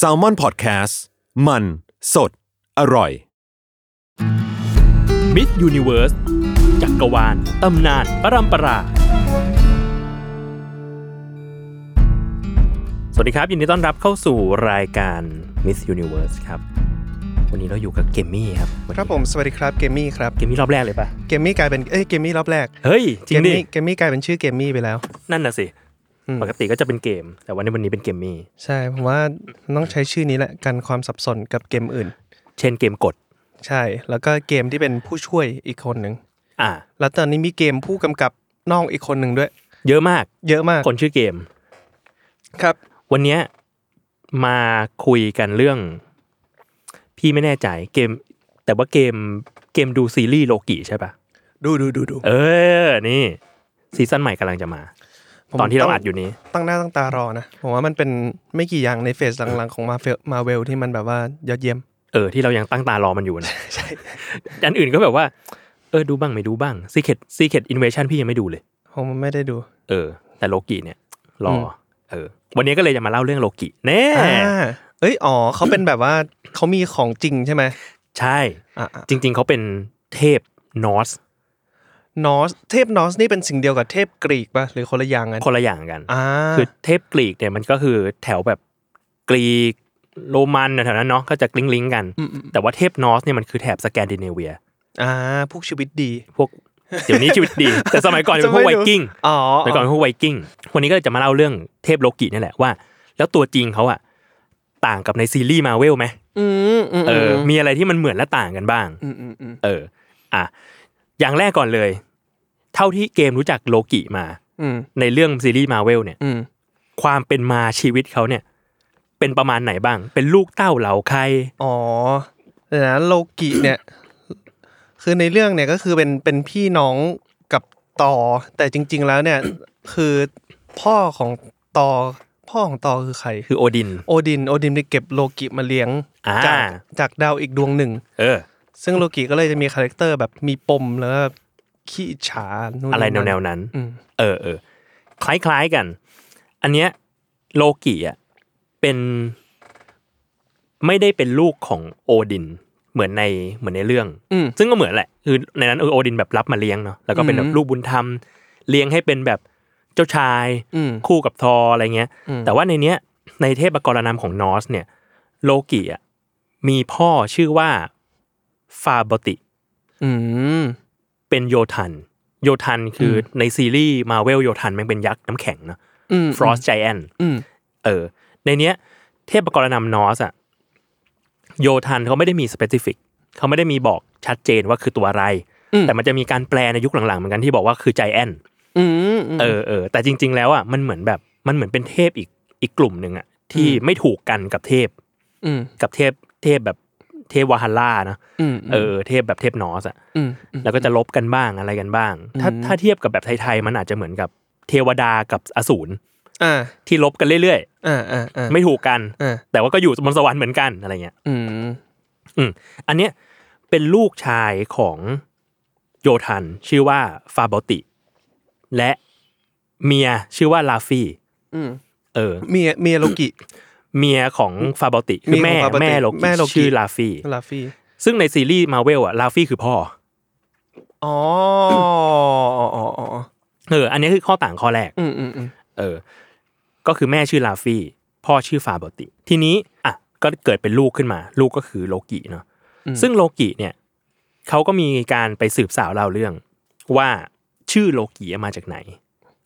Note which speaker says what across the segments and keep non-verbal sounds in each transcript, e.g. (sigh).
Speaker 1: s a l m o n PODCAST มันสดอร่อย
Speaker 2: มิสยูนิเวิร์สจักรวาล ตำนาน ปรัมปรา สวัสดีครับ ยินดีต้อนรับเข้าสู่รายการ Miss Universe ครับ วันนี้เราอยู่กับเกมมี่ครับวันนี้
Speaker 3: ครับผมสวัสดีครับเกมมี่ครับ
Speaker 2: เกมมี่รอบแรกเลยปะ
Speaker 3: เกมมี่กลายเป็นเอ้ยเกมมี่รอบแรก
Speaker 2: เฮ้ย จริ
Speaker 3: เก
Speaker 2: ง
Speaker 3: ม
Speaker 2: ดิ
Speaker 3: มี่เกมมี่กลายเป็นชื่อเกมมี่ไปแล้ว
Speaker 2: นั่นน่ะสิ
Speaker 3: อืม
Speaker 2: ปกติก็จะเป็นเกม แต่วันนี้วันนี้เป็นเกมมี่
Speaker 3: ใช่ผมว่าต้องใช้ชื่อนี้แหละกันความสับสนกับเกมอื่น
Speaker 2: เช่นเกมกด
Speaker 3: ใช่ แล้วก็เกมที่เป็นผู้ช่วยอีกคนหนึ่ง
Speaker 2: อ่า
Speaker 3: แล้วตอนนี้มีเกมผู้กำกับน้องอีกคนหนึ่งด้วย
Speaker 2: เยอะมาก
Speaker 3: เยอะมาก
Speaker 2: คนชื่อเกม
Speaker 3: ครับ
Speaker 2: วันเนี้ยมาคุยกันเรื่อง พี่ไม่แน่ใจเกม แต่ว่าเกมเกมดูซีรีส์โลกิใช่ปะ
Speaker 3: ดูดูดูดู
Speaker 2: เออ นี่ ซีซั่นใหม่กำลังจะมา
Speaker 3: ผม
Speaker 2: ตอนที่เรา
Speaker 3: ง
Speaker 2: อัดอยู่นี้
Speaker 3: ตั้งหน้าตั้งตารอนะผมว่ามันเป็นไม่กี่อย่างในเฟสหลังๆของมาเฟลมาเวลที่มันแบบว่ายอดเยี่ยม
Speaker 2: เออ ที่เรายังตั้งตารอมันอยู่นะ ใช่ (laughs) อันอื่นก็แบบว่า เออ ดูบ้างไม่ดูบ้าง Secret Secret Invasion พี่ยังไม่ดูเลย
Speaker 3: ผมไม่ได้ดู
Speaker 2: เออ แต่โลกิเนี่ย รออ
Speaker 3: ม
Speaker 2: เออ วันนี้ก็เลยจะมาเล่าเรื่องโลกิแน่
Speaker 3: อ่าเอ้ยอ๋อเขาเป็นแบบว่าเขามีของจริงใช่ไหม
Speaker 2: ใช่
Speaker 3: อ่า
Speaker 2: จริง ๆ เขาเป็นเทพนอร์ส
Speaker 3: นอสเทพนอสนี่เป็นสิ่งเดียวกับเทพกรีกปะหรือคนละอย่างกัน
Speaker 2: คนละอย่างกัน
Speaker 3: อ่า
Speaker 2: คือเทพกรีกเนี่ยมันก็คือแถวแบบกรีกโรมันแถวๆนั้นเนาะก็จะกลิ้งลิงกัน แต่ว่าเทพนอร์สเนี่ยมันคือแถบสแกนดิเนเวีย
Speaker 3: อ่าพวกชีวิตดี
Speaker 2: พวก เดี๋ยวนี้ชีวิตดี แต่สมัยก่อนเป็นพวก
Speaker 3: จะไม่
Speaker 2: ไว
Speaker 3: รู้
Speaker 2: กิ้ง
Speaker 3: อ๋อ
Speaker 2: สมัยก่อนเป็นพวกไวกิ้งวันนี้ก็เลยจะมาเล่าเรื่องเทพโลกินี่แหละว่า แล้วตัวจริงเขาอะต่างกับในซีรีส์มาเวลไหม
Speaker 3: อืมอืม
Speaker 2: เออมีอะไรที่มันเหมือนและต่างกันบ้าง
Speaker 3: อืมอืมอืม
Speaker 2: เออ อ่ะอย่างแรกก่อนเลย เท่าที่เกมรู้จักโลกิมา
Speaker 3: อืม
Speaker 2: ในเรื่องซีรีส์มาเวลเนี่ย
Speaker 3: อืม
Speaker 2: ความเป็นมาชีวิตเขาเนี่ย เป็นประมาณไหนบ้าง เป็นลูกเต้าเหล่าใคร
Speaker 3: อ๋อแต่นะโลกิเนี่ย คือในเรื่องเนี่ยก็คือเป็นเป็นพี่น้องกับต่อ แต่จริง ๆ แล้วเนี่ย คือพ่อของต่อพ่อของต่อคือใคร
Speaker 2: คือโอดิน
Speaker 3: โอดินโอดินได้เก็บโลกิมาเลี้ยง
Speaker 2: อ่า
Speaker 3: จากจากดาวอีกดวงหนึ่ง
Speaker 2: เออ
Speaker 3: ซึ่งโลกิก็เลยจะมีคาแรคเตอร์แบบมีปมแล้วก็แบบขี้อิจฉานู่น
Speaker 2: อะไรแนวแนว
Speaker 3: ๆ
Speaker 2: ๆนั้น
Speaker 3: อืม
Speaker 2: เออเออคล้ายๆกัน อันเนี้ยโลกิอ่ะเป็นไม่ได้เป็นลูกของโอดิน เหมือนในเหมือนในเรื่อง
Speaker 3: อืม
Speaker 2: ซึ่งก็เหมือนแหละ คือในนั้นโอดินแบบรับมาเลี้ยงเนาะแล้วก็เป็นแบ
Speaker 3: อื
Speaker 2: บ
Speaker 3: ม
Speaker 2: ลูกบุญธรรม เลี้ยงให้เป็นแบบเจ้าชาย
Speaker 3: อืม
Speaker 2: คู่กับทออะไรเงี้ย
Speaker 3: อืม
Speaker 2: แต่ว่าในเนี้ยในเทพกรณามของนอร์สเนี่ย โลกิอ่ะมีพ่อชื่อว่าฟาบติ
Speaker 3: อืม
Speaker 2: เป็นโยทัน โยทันคืออในซีรีส์มาเวลโยทันแมันเป็นยักษ์น้ำแข็งเนาะ
Speaker 3: อืม
Speaker 2: ฟรอสไจแอน
Speaker 3: อืม
Speaker 2: เออ ในเนี้ย เทพกรนำนอสอะโยทันเขาไม่ได้มีสเปซิฟิกเขาไม่ได้มีบอกชัดเจนว่าคือตัวอะไร
Speaker 3: อืม
Speaker 2: แต่มันจะมีการแปลในยุคหลังๆเหมือนกันที่บอกว่าคือไจแอน
Speaker 3: อืม
Speaker 2: เออเออแต่จริง ๆ แล้วอะมันเหมือนแบบมันเหมือนเป็นเทพอีกอีกกลุ่มหนึ่งอะที่ไม่ถูกกันกับเทพ
Speaker 3: อืม
Speaker 2: กับเทพเทพแบบเทพวาฮัลล่านะ
Speaker 3: อืม
Speaker 2: เออเทพแบบเทพนอสอะ
Speaker 3: อืม
Speaker 2: แล้วก็จะลบกันบ้างอะไรกันบ้าง ถ้า
Speaker 3: อืม
Speaker 2: ถ้าเทียบกับแบบไทยๆมันอาจจะเหมือนกับเทวดากับอสูร
Speaker 3: อ่า
Speaker 2: ที่ลบกันเรื่อยๆ
Speaker 3: อ่าอ่าอ่า
Speaker 2: ไม่ถูกกัน
Speaker 3: อ่า
Speaker 2: แต่ว่าก็อยู่บนสวรรค์เหมือนกันอะไรเงี้ย
Speaker 3: อืม
Speaker 2: อืมอันเนี้ยเป็นลูกชายของโยทัน ชื่อว่าฟาบอติ และเมียชื่อว่าลาฟี่
Speaker 3: อืม
Speaker 2: เออ
Speaker 3: เมียเมียโลกิ
Speaker 2: เมียของฟาบอติคือแม่
Speaker 3: เมียของฟาบอติ
Speaker 2: แม่โล
Speaker 3: แม่โล
Speaker 2: กิ
Speaker 3: กิ
Speaker 2: ชื่อลาฟี่
Speaker 3: ลาฟี่
Speaker 2: ซึ่งในซีรีส์มาเวลอะลาฟี่คือพ่อ
Speaker 3: อ๋ออ๋ออ๋ออ๋อ
Speaker 2: เออ อันนี้คือข้อต่างข้อแรก
Speaker 3: อืมอืมอืม
Speaker 2: เออ ก็คือแม่ชื่อลาฟี่ พ่อชื่อฟาบอติ ทีนี้อ่ะก็เกิดเป็นลูกขึ้นมา ลูกก็คือโลกิเนาะ ซึ่งโลกิเนี่ยเขาก็มีการไปสืบสาวราวเรื่อง ว่าชื่อโลกิมาจากไหน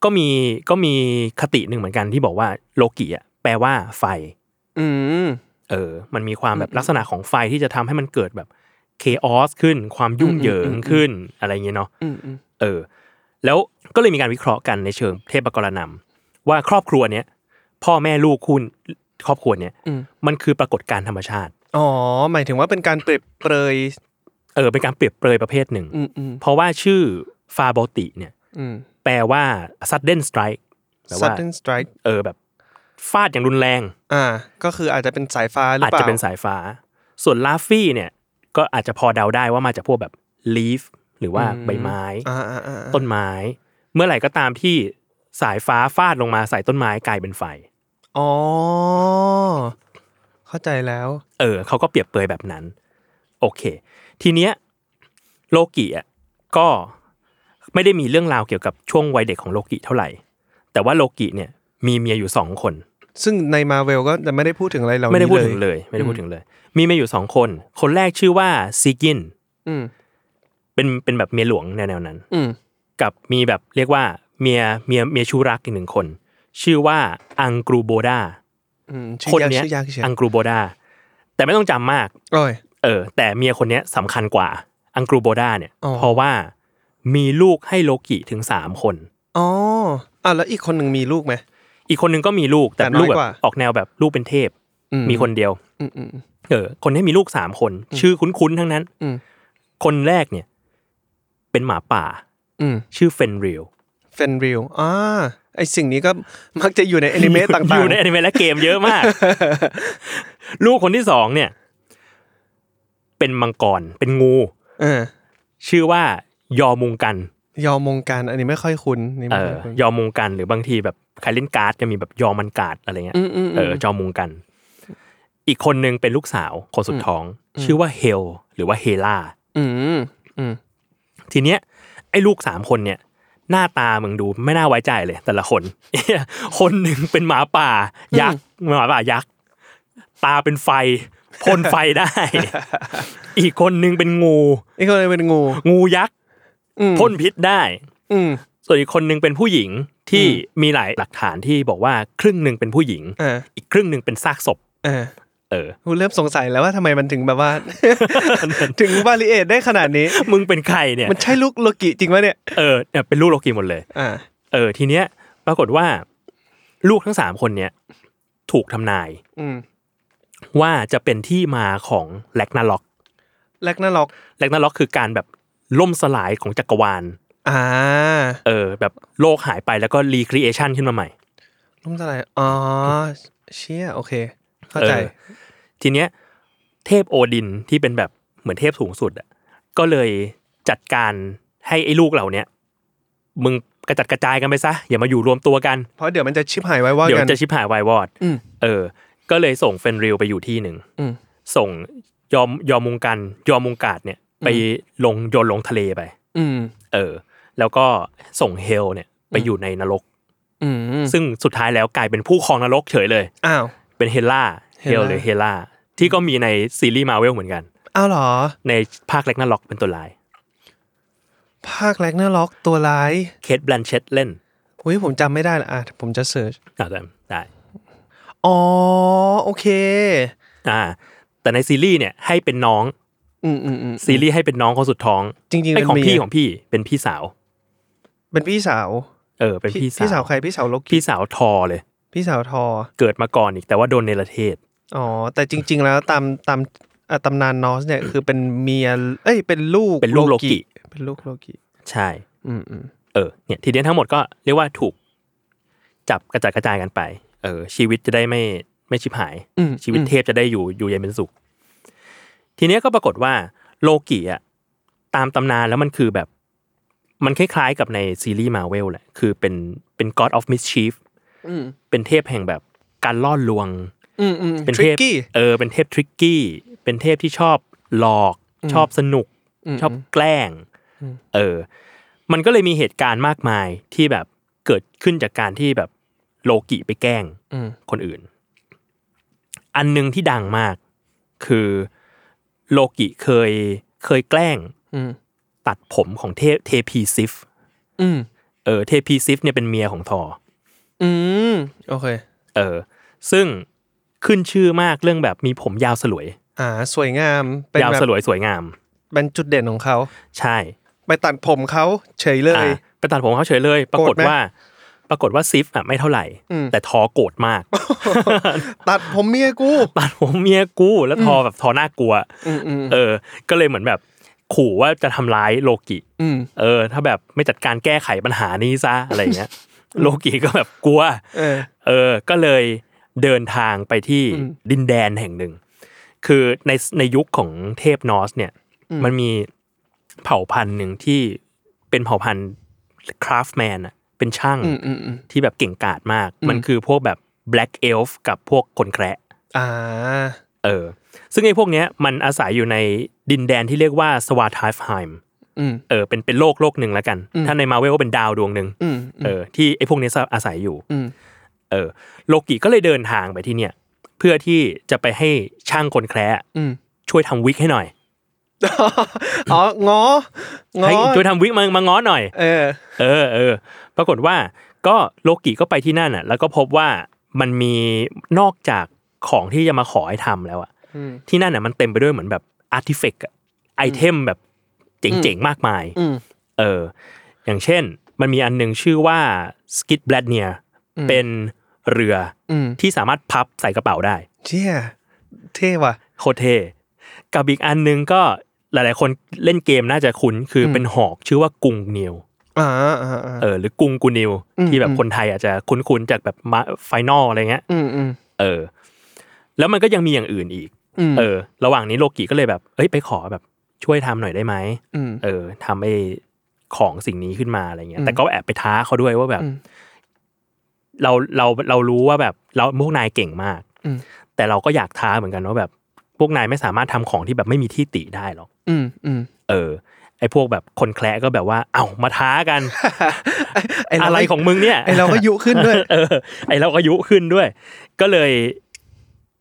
Speaker 2: ก็มีก็มีคติหนึ่งเหมือนกันที่บอกว่าโลกิอ่ะแปลว่าไฟ
Speaker 3: อืม
Speaker 2: เออ มันมีความแบบลักษณะของไฟที่จะทำให้มันเกิดแบบเคออสขึ้น ความยุ่งเหยิงขึ้นอะไรอย่างเงี้ยเนาะ
Speaker 3: อืมอืม
Speaker 2: เออ แล้วก็เลยมีการวิเคราะห์กันในเชิงเทพกรณำว่าครอบครัวเนี้ย พ่อแม่ลูกคุณครอบครัวเนี่ย
Speaker 3: อืม
Speaker 2: มันคือปรากฏการณ์ธรรมชาติ
Speaker 3: อ๋อ หมายถึงว่าเป็นการเปรียบเปรย
Speaker 2: เออเป็นการเปรียบเปรยประเภทหนึ่ง
Speaker 3: อืมอืม
Speaker 2: เพราะว่าชื่อฟาบอติเนี่ย
Speaker 3: อืม
Speaker 2: แปลว่า sudden strike แปลว่า
Speaker 3: sudden strike
Speaker 2: เออแบบฟาดอย่างรุนแรง
Speaker 3: อ่า ก็คืออาจจะเป็นสายฟ้าหรือ
Speaker 2: อาจ
Speaker 3: เปล่า
Speaker 2: จะเป็นสายฟ้า ส่วนลาฟี่เนี่ย ก็อาจจะพอเดาได้ว่ามาจากพวกแบบ leaf หรือว่าใบไม้
Speaker 3: อ่าอ่าอ่า
Speaker 2: ต้นไม้ เมื่อไหร่ก็ตามที่สายฟ้าฟาดลงมาใส่ต้นไม้กลายเป็นไฟ
Speaker 3: อ๋อ เข้าใจแล้ว
Speaker 2: เออเขาก็เปรียบเปรยแบบนั้น โอเค ทีเนี้ยโลกิอ่ะก็ไม่ได้มีเรื่องราวเกี่ยวกับช่วงวัยเด็กของโลกิเท่าไหร่ แต่ว่าโลกิเนี่ยมีเมียอยู่สองคน
Speaker 3: ซึ่งในมาเวลก็จะไม่ได้พูดถึงอะไรเหล่านี้
Speaker 2: ไม่ได้พูดถึงเลย ไม่ได้พูดถึงเลย มีเมียอยู่สองคน คนแรกชื่อว่าซีกิน
Speaker 3: อืม
Speaker 2: เป็นเป็นแบบเมียหลวงแนวๆนั้น
Speaker 3: อืม
Speaker 2: กับมีแบบเรียกว่าเมียเมียเมียชูรักอีกหนึ่งคน ชื่อว่าอังกรูโบดา
Speaker 3: อืมชื่
Speaker 2: ค
Speaker 3: อน ยาก
Speaker 2: เนี้ย
Speaker 3: ชื่อยากเชียว
Speaker 2: อังกรูโบดาแต่ไม่ต้องจำมาก
Speaker 3: โอ้ย
Speaker 2: เออแต่เมียคนเนี้ยสำคัญกว่าอังกรูโบดาเนี่ย
Speaker 3: อ๋อ
Speaker 2: เพราะว่ามีลูกให้โลกิถึงสามคน
Speaker 3: อ๋ออ่ะแล้วอีกคนหนึ่งมีลูกไหม
Speaker 2: อีกคนนึงก็มีลูกแต่
Speaker 3: แต่น้อย
Speaker 2: ลูกแบ
Speaker 3: ก
Speaker 2: บ
Speaker 3: ว่า
Speaker 2: ออกแนวแบบลูกเป็นเทพ
Speaker 3: อื
Speaker 2: มีคนเดียว
Speaker 3: อืมอืม
Speaker 2: เออ คนที่มีลูกสามคน ชื่อคุ้นๆทั้งนั้น
Speaker 3: อืม
Speaker 2: คนแรกเนี่ย เป็นหมาป่า
Speaker 3: อืม
Speaker 2: ชื่อเฟนริล
Speaker 3: เฟนริลอ่าไอสิ่งนี้ก็มักจะอยู่ในอนิเมะ
Speaker 2: (laughs)
Speaker 3: ต่างๆ
Speaker 2: อยู่ในอนิเมะและเกมเยอะมาก ลูกคนที่สองเนี่ย เป็นมังกรเป็นงู
Speaker 3: เออ
Speaker 2: ชื่อว่ายอมุงกัน
Speaker 3: ยอมมงการอันนี้ไม่ค่อยคุ้นนี่
Speaker 2: เอ
Speaker 3: ไม่
Speaker 2: อ
Speaker 3: ค่อยคุ้น
Speaker 2: ยอมมุงกันหรือบางทีแบบใครเล่นการ์ดจะมีแบบยอมมันการ์ดอะไรเงี้ย
Speaker 3: มอืม
Speaker 2: เออจอมุงกัน อีกคนนึงเป็นลูกสาวคนสุดท้อง ชื่อว่าเฮลหรือว่าเฮล่า
Speaker 3: อืมอืม
Speaker 2: ทีเนี้ยไอ้ลูกสามคนเนี่ย หน้าตามึงดูไม่น่าไว้ใจเลย แต่ละคน (laughs) คนหนึ่งเป็นหมาป่า ยักษ์หมาป่ายักษ์ตาเป็นไฟพ่นไฟได้
Speaker 3: (laughs)
Speaker 2: อีกคนนึงเป็นงู
Speaker 3: นี่ก็เลยเป็นงู
Speaker 2: งูยักษ์
Speaker 3: อืม
Speaker 2: พ่นพิษได้
Speaker 3: อืม
Speaker 2: ส่วนอีกคนหนึ่งเป็นผู้หญิงที่มีหลายหลักฐานที่บอกว่าครึ่งหนึ่งเป็นผู้หญิง
Speaker 3: เออ
Speaker 2: อีกครึ่งหนึ่งเป็นซากศพ
Speaker 3: เออ
Speaker 2: เออ
Speaker 3: กูเริ่มสงสัยแล้วว่าทำไมมันถึง
Speaker 2: (laughs)
Speaker 3: แบบว่า ถึงบาลีเอตได้ขนาดนี้
Speaker 2: มึงเป็นใครเนี่ย
Speaker 3: มันใช่ลูกโลกิจริงไหมเนี่ย
Speaker 2: เออเนี่ยเป็นลูกโลกีหมดเลย
Speaker 3: อ่า
Speaker 2: เออ ทีเนี้ย ปรากฏว่า ลูกทั้งสามคนเนี่ย ถูกทำนาย
Speaker 3: อืม
Speaker 2: ว่าจะเป็นที่มาของแลกนาล็อก
Speaker 3: แลกนาล็อก
Speaker 2: แลกนาล็อกคือการแบบล่มสลายของจักรวาล
Speaker 3: อ่า
Speaker 2: เออ แบบโลกหายไปแล้วก็รีครีเอชันขึ้นมาใหม่
Speaker 3: ลุ่มสลายอ๋อเชี่ยโอเค เข้าใจ
Speaker 2: เออทีเนี้ยเทพโอดินที่เป็นแบบเหมือนเทพสูงสุดอ่ะก็เลยจัดการให้ไอ้ลูกเหล่าเนี้ยมึงกระจัดกระจายกันไปซะ อย่ามาอยู่รวมตัวกัน
Speaker 3: เพราะเดี๋ยวมันจะชิบหายไว้ว่า
Speaker 2: เดี๋ยว
Speaker 3: กัน
Speaker 2: จะชิบหายวายวอด
Speaker 3: อืม
Speaker 2: เออ ก็เลยส่งเฟนริลไปอยู่ที่หนึ่ง
Speaker 3: อืม
Speaker 2: ส่งยอมยอมมงกันยอมมงกาดเนี่ยไปลงโยนลงทะเลไป
Speaker 3: อืม
Speaker 2: เออ แล้วก็ส่งเฮลเนี่ยไปอยู่ในนรก
Speaker 3: อืม
Speaker 2: ซึ่งสุดท้ายแล้วกลายเป็นผู้ครองนรกเฉยเลย
Speaker 3: อ้าว
Speaker 2: เป็นเฮล่าเฮล
Speaker 3: Hela
Speaker 2: หรือเฮล่าที่ก็มีในซีรีส์มาเวลเหมือนกัน
Speaker 3: อ้าวเหรอ
Speaker 2: ในภาคแรกนาล็อกเป็นตัวลาย
Speaker 3: ภาคแลกนาล็อกตัวร้าย
Speaker 2: เคทแบลนเชตเล่น
Speaker 3: อุ้ยผมจำไม่ได้ละอ่ะผมจะเสิร์ช
Speaker 2: อ่าได้ได้
Speaker 3: อ๋อ โอเค
Speaker 2: อ่า แต่ในซีรีส์เนี่ยให้เป็นน้อง
Speaker 3: อืมอืมอืม
Speaker 2: ซีรีส์ให้เป็นน้องคนสุดท้อง
Speaker 3: จริงๆ
Speaker 2: ไอ้
Speaker 3: มัน
Speaker 2: ของ
Speaker 3: มี
Speaker 2: พี่ของพี่เป็นพี่สาว
Speaker 3: เป็นพี่สาว
Speaker 2: เออ เป็นพี่สาว
Speaker 3: พี่สาวใครพี่สาวโลกิ
Speaker 2: พี่สาวทอเลย
Speaker 3: พี่สาวทอ
Speaker 2: เกิดมาก่อนอีกแต่ว่าโดนเนรเทศ
Speaker 3: อ๋อ แต่จริง ๆ แล้วตามตามอ่ะตำนานนอสเนี่ยคือเป็นเมีย เอ้ย เป็นลูก
Speaker 2: เป็นลูกโลกิ
Speaker 3: เป็นลูกโลกิ
Speaker 2: ใช่
Speaker 3: อืมอืม
Speaker 2: เออเนี่ยทีเดียทั้งหมดก็เรียกว่าถูกจับกระจัดกระจายกันไป เออ ชีวิตจะได้ไม่ไม่ชิบหาย
Speaker 3: อืม
Speaker 2: ชีวิตเทพจะได้อยู่อยู่เย็นเป็นสุข ทีเนี้ยก็ปรากฏว่าโลกิอ่ะตามตำนานแล้วมันคือแบบ มันคล้ายๆกับในซีรีส์มาเวลแหละ คือเป็นเป็น God of Mischief
Speaker 3: อืม
Speaker 2: เป็นเทพแห่งแบบการล่อลวง
Speaker 3: อืมอืม
Speaker 2: เป็น
Speaker 3: ท
Speaker 2: เท
Speaker 3: ริ
Speaker 2: พ
Speaker 3: กกี้
Speaker 2: เออเป็นเทพทริกกี้ เป็นเทพที่ชอบหลอก ชอบสนุก ชอบแกล้ง เออ มันก็เลยมีเหตุการณ์มากมายที่แบบเกิดขึ้นจากการที่แบบโลกิไปแกล้ง
Speaker 3: อืม
Speaker 2: คนอื่น อันหนึ่งที่ดังมากคือโลกิเคยเคยแกล้ง
Speaker 3: อืม
Speaker 2: ตัดผมของเทพเทพีซิฟ
Speaker 3: อืม
Speaker 2: เออเทพีซิฟเนี่ยเป็นเมียของทอ
Speaker 3: อืมโอเค
Speaker 2: เออ ซึ่งขึ้นชื่อมากเรื่องแบบมีผมยาวสลวย
Speaker 3: อ่า สวยงาม เป็น
Speaker 2: ยาว
Speaker 3: แบบ
Speaker 2: สลวยสวยงาม
Speaker 3: เป็นจุดเด่นของเขา
Speaker 2: ใช่
Speaker 3: ไปตัดผมเขาเฉยเลย
Speaker 2: อ่ะไปตัดผมเขาเฉยเลย ปรากฏ
Speaker 3: โกรธไหม
Speaker 2: ว่า ปรากฏว่าซิฟอ่ะไม่เท่าไหร่
Speaker 3: อืม
Speaker 2: แต่ทอโกรธ
Speaker 3: (laughs)
Speaker 2: มาก
Speaker 3: ตัดผมเมียกู
Speaker 2: ตัดผมเมียกูแล้วทอแบบทอหน้ากลัว
Speaker 3: อืมอืม
Speaker 2: เออ ก็เลยเหมือนแบบขู่ว่าจะทำร้ายโลกิ
Speaker 3: อืม
Speaker 2: เออ ถ้าแบบไม่จัดการแก้ไขปัญหานี้ซะอะไรเงี้
Speaker 3: (laughs)
Speaker 2: ย โลกิก็แบบกลัว
Speaker 3: เออ
Speaker 2: เออ ก็เลยเดินทางไปที่
Speaker 3: อืม
Speaker 2: ดินแดนแห่งหนึ่ง คือในในยุคของเทพนอร์สเนี่ย
Speaker 3: อืม
Speaker 2: มันมีเผ่าพันธุ์หนึ่งที่เป็นเผ่าพันธุ์คราฟแมนอะเป็นช่าง
Speaker 3: อืมอืมอืม
Speaker 2: ที่แบบเก่งกาจมาก
Speaker 3: อืม
Speaker 2: มันคือพวกแบบแบล็กเอลฟ์กับพวกคนแคระ
Speaker 3: อ่า
Speaker 2: เออ ซึ่งไอ้พวกเนี้ยมันอาศัยอยู่ในดินแดนที่เรียกว่าสวาทายฟไฮม์
Speaker 3: อืม
Speaker 2: เออ เป็นเป็นโลกโลกหนึ่งแล้วกัน
Speaker 3: อืม
Speaker 2: ถ้าในมาเวลก็เป็นดาวดวงหนึ่ง
Speaker 3: อืม
Speaker 2: เออ ที่ไอ้พวกเนี้ยอาศัยอยู่
Speaker 3: อืม
Speaker 2: เออ โลกิก็เลยเดินทางไปที่เนี่ย เพื่อที่จะไปให้ช่างคนแคระ
Speaker 3: อืม
Speaker 2: ช่วยทำวิกให้หน่อย
Speaker 3: อ๋อ งอ งอ
Speaker 2: ให้ช่วยทำวิกมามาง้อหน่อย
Speaker 3: เออ
Speaker 2: เออเออ ปรากฏว่าก็โลกิก็ไปที่นั่นอ่ะ แล้วก็พบว่ามันมีนอกจากของที่จะมาขอให้ทำแล้วอ่ะ
Speaker 3: อืม
Speaker 2: ที่นั่นน่ะมันเต็มไปด้วยเหมือนแบบอาร์ติเฟกต์ไอเทมแบบเจ๋งๆ มากมาย
Speaker 3: อืม
Speaker 2: เออ อย่างเช่น มันมีอันหนึ่งชื่อว่าสกิ t แบลดเนีย
Speaker 3: อืม
Speaker 2: เป็นเรือ
Speaker 3: อืม
Speaker 2: ที่สามารถพับใส่กระเป๋าได้
Speaker 3: เชี่ยเท่ว่ะ
Speaker 2: โคตรเทกับอีกอันหนึงก็หลายๆ คนเล่นเกมน่าจะคุ้นคืออ
Speaker 3: ม
Speaker 2: เป็นหอกชื่อว่ากุงเนียว
Speaker 3: อ่าอ่าอ่า
Speaker 2: เออหรือกุงกูเนิว
Speaker 3: อืม
Speaker 2: ที่แบ
Speaker 3: อื
Speaker 2: บ
Speaker 3: ม
Speaker 2: คนไทยอาจจะคุ้นๆจากแบบไฟนอลอะไรเงี้ย
Speaker 3: อืมอืม
Speaker 2: เออ แล้วมันก็ยังมีอย่างอื่นอีก
Speaker 3: อืม
Speaker 2: เออ ระหว่างนี้โลกิก็เลยแบบเอ้ยไปขอแบบช่วยทำหน่อยได้ไหม
Speaker 3: อืม
Speaker 2: เออทำไอ้ของสิ่งนี้ขึ้นมาอะไรเงี้ย
Speaker 3: อืม
Speaker 2: แต่ก็แอบไปท้าเขาด้วยว่าแบบ
Speaker 3: อืม
Speaker 2: เราเราเรารู้ว่าแบบเราพวกนายเก่งมาก
Speaker 3: อืม
Speaker 2: แต่เราก็อยากท้าเหมือนกันว่าแบบพวกนายไม่สามารถทำของที่แบบไม่มีที่ติได้หรอก
Speaker 3: อืมอืม
Speaker 2: เออ ไอ้พวกแบบคนแคละก็แบบว่าเอ้ามาท้ากัน อะไรของมึงเนี่ย
Speaker 3: ไอเราก็ยุขึ้นด้วย
Speaker 2: เออไอ้เราก็ยุขึ้นด้วย ก็เลย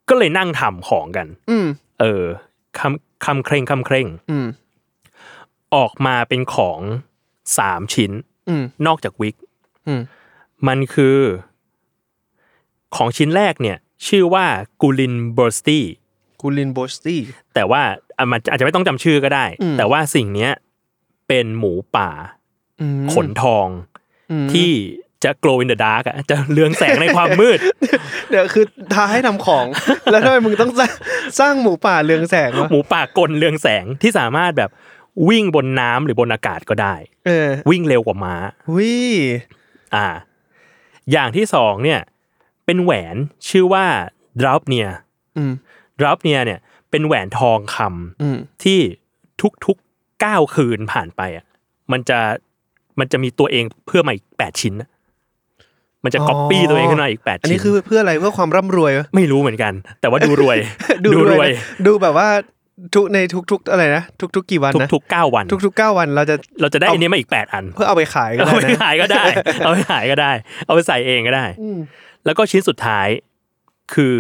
Speaker 2: ก็เลยนั่งทำของกัน
Speaker 3: อืม
Speaker 2: เออคำคำเคร่งคำเคร่ง
Speaker 3: อืม
Speaker 2: ออกมาเป็นของสามชิ้น
Speaker 3: อืม
Speaker 2: นอกจากวิก
Speaker 3: อืม
Speaker 2: มันคือของชิ้นแรกเนี่ยชื่อว่ากูลินเบอร์สตี้
Speaker 3: กูลินโบสตี้
Speaker 2: แต่ว่าอ่ะมันอาจจะไม่ต้องจำชื่อก็ได้
Speaker 3: อืม
Speaker 2: แต่ว่าสิ่งเนี้ยเป็นหมูป่า
Speaker 3: อืม
Speaker 2: ขนทอง
Speaker 3: อืม
Speaker 2: ที่จะ glow in the dark อะจะเลืองแสงในความมืด
Speaker 3: เดี๋ยวคือท้าให้ทำของ
Speaker 2: (laughs)
Speaker 3: แล้วทำไมมึงต้องสร้างสร้างหมูป่าเรืองแสงวะ
Speaker 2: (laughs) หมูป่ากลเลืองแสงที่สามารถแบบวิ่งบนน้ำหรือบนอากาศก็ได้
Speaker 3: เออ
Speaker 2: วิ่งเร็วกว่าม้า
Speaker 3: วิ
Speaker 2: อ่า อย่างที่สองเนี่ยเป็นแหวนชื่อว่าดราฟเนีย
Speaker 3: อืม
Speaker 2: ดราฟเนียเนี่ยเป็นแหวนทองคำ
Speaker 3: อืม
Speaker 2: ที่ทุกๆเก้าคืนผ่านไปอ่ะมันจะมันจะมีตัวเองเพื่อมาอีกแปดชิ้นน่ะมันจะก๊อปปี้ตัวเองขึ้นมาอีกแปด
Speaker 3: อัน
Speaker 2: ชิ้
Speaker 3: นี้
Speaker 2: น
Speaker 3: คือเพื่ออะไรเพื่อความร่ำรวยวะ
Speaker 2: ไม่รู้เหมือนกัน แต่ว่าดูรวย
Speaker 3: นะดูแบบว่าทุกในทุกๆอะไรนะทุกๆกี่วันนะ
Speaker 2: ทุกๆเก้าวัน
Speaker 3: ทุกๆเก้าวันเราจะ
Speaker 2: เราจะได้
Speaker 3: เอา
Speaker 2: อันนี้มาอีกแปดอัน
Speaker 3: เพื่อเอาไปขายก็
Speaker 2: เอาไป
Speaker 3: ได้นะ
Speaker 2: ขายก็ได้ เอาไปขายก็ (laughs) ได้ เอาไปใส่เองก็ได้
Speaker 3: อืม
Speaker 2: แล้วก็ชิ้นสุดท้ายคือ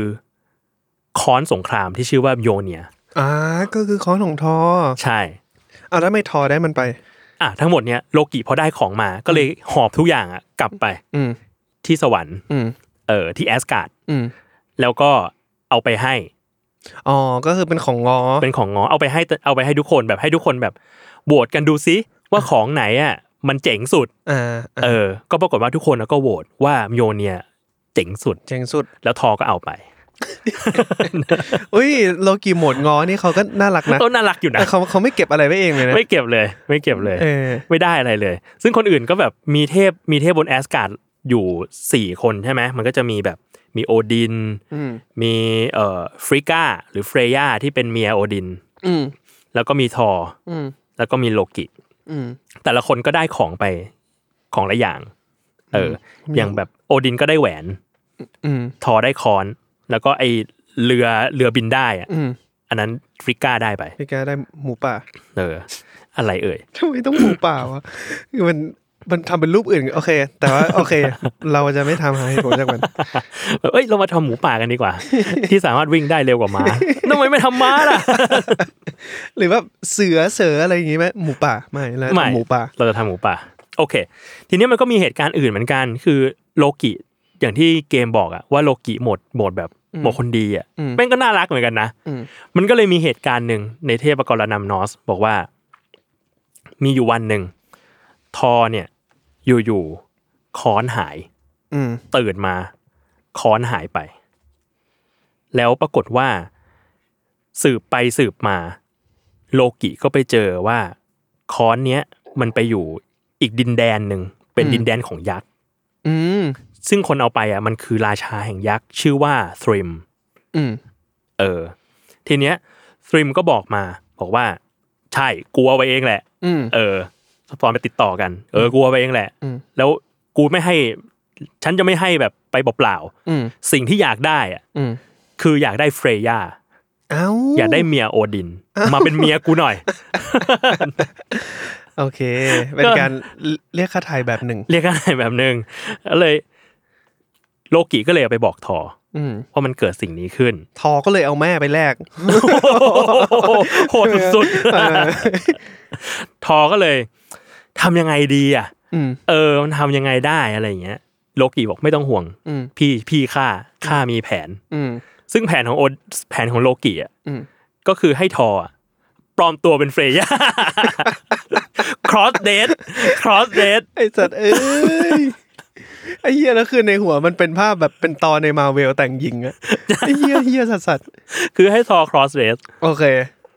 Speaker 2: ค้อนสงครามที่ชื่อว่าโยเนีย
Speaker 3: อ่าก็คือค้อนของทอ
Speaker 2: ใช่
Speaker 3: เอาแล้วทำไม่ทอได้มันไป
Speaker 2: อ่ะทั้งหมดเนี้ยโลกิพอได้ของมาก็เลยหอบทุกอย่างอ่ะกลับไป
Speaker 3: อืม
Speaker 2: ที่สวรรค์
Speaker 3: อืม
Speaker 2: เออที่แอสการ์ด
Speaker 3: อืม
Speaker 2: แล้วก็เอาไปให้
Speaker 3: อ๋อก็คือเป็นของงอ
Speaker 2: เป็นของงอเอาไปให้เอาไปให้ทุกคนแบบให้ทุกคนแบบโหวตกันดูซิว่าของไหนอ่ะมันเจ๋งสุด
Speaker 3: อ่าอ่า
Speaker 2: เออ ก็ปรากฏว่าทุกคนก็โหวตว่าโยเนียเจ๋งสุด
Speaker 3: เจ๋งสุด
Speaker 2: แล้วทอก็เอาไป
Speaker 3: อุ้ยโลกีโหมดง้อนี่เขาก็น่ารักนะ
Speaker 2: ต้นน่ารักอยู่นะ
Speaker 3: แต่เขาเขาไม่เก็บอะไรไว้เองเลยนะ
Speaker 2: ไม่เก็บเลย ไม่เก็บเลย
Speaker 3: เออ
Speaker 2: ไม่ได้อะไรเลย ซึ่งคนอื่นก็แบบมีเทพมีเทพบนแอสการ์ดอยู่สี่คนใช่ไหมมันก็จะมีแบบมีโอดิน
Speaker 3: อืม
Speaker 2: มีเอ่อฟริก้าหรือเฟรย่าที่เป็นเมียโอดิน
Speaker 3: อืม
Speaker 2: แล้วก็มีทอร์
Speaker 3: อืม
Speaker 2: แล้วก็มีโลกิ
Speaker 3: อืม
Speaker 2: แต่ละคนก็ได้ของไปของละอย่าง เออ
Speaker 3: อืม
Speaker 2: อย่างแบบโอดินก็ได้แหวน
Speaker 3: อืม
Speaker 2: ทอได้คอน แล้วก็ไอเรือเรือบินได้อะ
Speaker 3: อืม
Speaker 2: อันนั้นฟริก้าได้ไป
Speaker 3: พี่แกได้หมูป่า
Speaker 2: เออ อะไรเอ่ย
Speaker 3: (laughs) ทำไมต้องหมูป่าวะคือมันมันทำเป็นรูปอื่นโอเค แต่ว่าโอเค เราจะไม่ทำหาเหตุผลจากมัน (laughs)
Speaker 2: เอ้ย เรามาทำหมูป่ากันดีกว่า ที่สามารถวิ่งได้เร็วก
Speaker 3: (laughs)
Speaker 2: ว่าม้า ทำไมไม่ทำม้าล่ะ
Speaker 3: หรือว่าเสือเสืออะไรอย่างงี้ไหมหมูป่าไม่แล้ว
Speaker 2: ไม่
Speaker 3: หมูป่า
Speaker 2: เราจะทำหมูป่า โอเค ทีนี้มันก็มีเหตุการณ์อื่นเหมือนกัน คือโลกิอย่างที่เกมบอกอะว่าโลกิโหมดโหมดแบบโหมดคนดีอะ
Speaker 3: อืม
Speaker 2: แม่งก็น่ารักเหมือนกันนะ
Speaker 3: อืม
Speaker 2: มันก็เลยมีเหตุการณ์หนึ่งในเทพกรนำนอส บอกว่า มีอยู่วันหนึ่ง ทอเนี่ย อยู่ๆค้อนหาย
Speaker 3: อืม
Speaker 2: ตื่นมาค้อนหายไป แล้วปรากฏว่า สืบไปสืบมา โลกิก็ไปเจอว่าค้อนเนี้ยมันไปอยู่อีกดินแดนหนึ่งเป็น
Speaker 3: อืม
Speaker 2: ดินแดนของยักษ์
Speaker 3: อืม
Speaker 2: ซึ่งคนเอาไปอ่ะมันคือราชาแห่งยักษ์ชื่อว่าทริม
Speaker 3: อืม
Speaker 2: เออ ทีเนี้ยทริมก็บอกมา บอกว่า ใช่กลัวไปเองแหละ
Speaker 3: อืม
Speaker 2: เออตอนไปติดต่อกัน เออกลัวไปเองแหละ
Speaker 3: อืม
Speaker 2: แล้วกูไม่ให้ ฉันจะไม่ให้แบบไปเปล่า
Speaker 3: อืม
Speaker 2: ๆสิ่งที่อยากได้อะ
Speaker 3: อืม
Speaker 2: คืออยากได้เฟรย่า
Speaker 3: เอ้า
Speaker 2: อยากได้เมียโอดิน มาเป็นเมียกูหน่อย (laughs)
Speaker 3: โอเค เป็น
Speaker 2: ก็
Speaker 3: การเรียกค่าไทยแบบหนึ่ง
Speaker 2: เรียกอะไรแบบนึงแล้วเลย โลกิก็เลยเอาไปบอกทอ
Speaker 3: อืม
Speaker 2: ว่ามันเกิดสิ่งนี้ (laughs) ขึ้น
Speaker 3: ทอก็เลยเอาแม่ไปแลก
Speaker 2: โหดสุด
Speaker 3: เออ
Speaker 2: (laughs) ๆทอก็เลยทำยังไงดีอ่ะ
Speaker 3: อืม
Speaker 2: เออ มันทำยังไงได้อะไรอย่างเงี้ย โลกิบอกไม่ต้องห่วง
Speaker 3: อืม
Speaker 2: พี่พี่ข้าข้ามีแผน
Speaker 3: อืม
Speaker 2: ซึ่งแผนของโอดแผนของโลกิอ่ะ
Speaker 3: อืม
Speaker 2: ก็คือให้ทออะปลอมตัวเป็นเฟรย่า (laughs) cross date cross date
Speaker 3: ไอสัตว์เอ้ย (laughs) ไอเหี้ยแล้วคือในหัวมันเป็นภาพแบบเป็นตอนในมาเวลแต่งหญิงอะไอเหี้ยเหี้ยสัตว์สัตว์
Speaker 2: คือให้ทอ cross date
Speaker 3: โอเค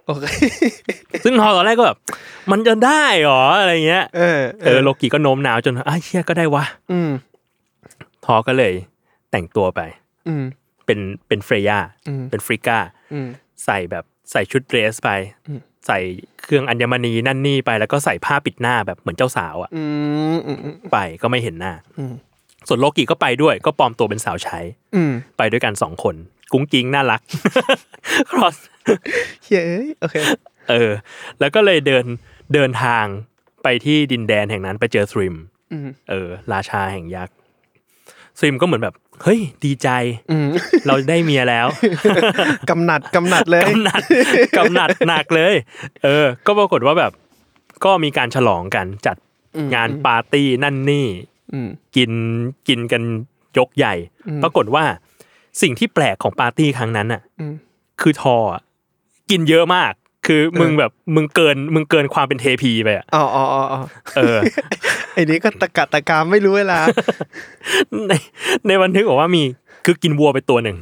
Speaker 3: โอเค (laughs)
Speaker 2: ซึ่งทอตอนแรกก็แบบมันจะได้หรออะไรเงี้ย
Speaker 3: เออ
Speaker 2: เออโลกิก็โน้มน้าวจนไอ้ายเชี่ยก็ได้วะ
Speaker 3: อืม
Speaker 2: ทอก็เลยแต่งตัวไป
Speaker 3: อืม
Speaker 2: เป็นเป็นเฟรย่า
Speaker 3: อืม
Speaker 2: เป็นฟริก้า
Speaker 3: อืม
Speaker 2: ใส่แบบใส่ชุดเดรสไป
Speaker 3: อืม
Speaker 2: ใส่เครื่องอัญมณีนั่นนี่ไปแล้วก็ใส่ผ้าปิดหน้าแบบเหมือนเจ้าสาวอะ
Speaker 3: อืมอืมอืม
Speaker 2: ไปก็ไม่เห็นหน้า
Speaker 3: อืม
Speaker 2: ส่วนโลกิก็ไปด้วย ก็ปลอมตัวเป็นสาวใช้
Speaker 3: อืม
Speaker 2: ไปด้วยกันสองคน กุ้งกิ้งน่ารัก (laughs) ครอส
Speaker 3: เหี้ยเอ้ยโอเค
Speaker 2: เออ แล้วก็เลยเดินเดินทางไปที่ดินแดนแห่งนั้นไปเจอทริม
Speaker 3: อืม
Speaker 2: เออ ราชาแห่งยักษ์ทริมก็เหมือนแบบ เฮ้ย ดีใจ
Speaker 3: อืม
Speaker 2: เราได้เมียแล้ว
Speaker 3: กำหนัดกำหนัดเลย
Speaker 2: กำหนัด (laughs) กำหนัดหนักเลย เออ ก็ปรากฏว่าแบบ ก็มีการฉลองกันจัดงานปาร์ตี้นั่นนี่
Speaker 3: อืม
Speaker 2: กินกินกันยกใหญ่ ปรากฏว่าสิ่งที่แปลกของปาร์ตี้ครั้งนั้นน่ะ
Speaker 3: อืม
Speaker 2: คือทออะกินเยอะมาก คือมึงแบบมึงเกินมึงเกินความเป็นเทพีไปอ่ะ
Speaker 3: อ๋ออ๋ออ๋ออ๋อ
Speaker 2: เออ
Speaker 3: (laughs) ไอ้นี้ก็ตะกะตะกามไม่รู้เวลา
Speaker 2: ในในบันทึกบอกว่ามีคือกินวัวไป
Speaker 3: (laughs)
Speaker 2: ตัวหนึ่ง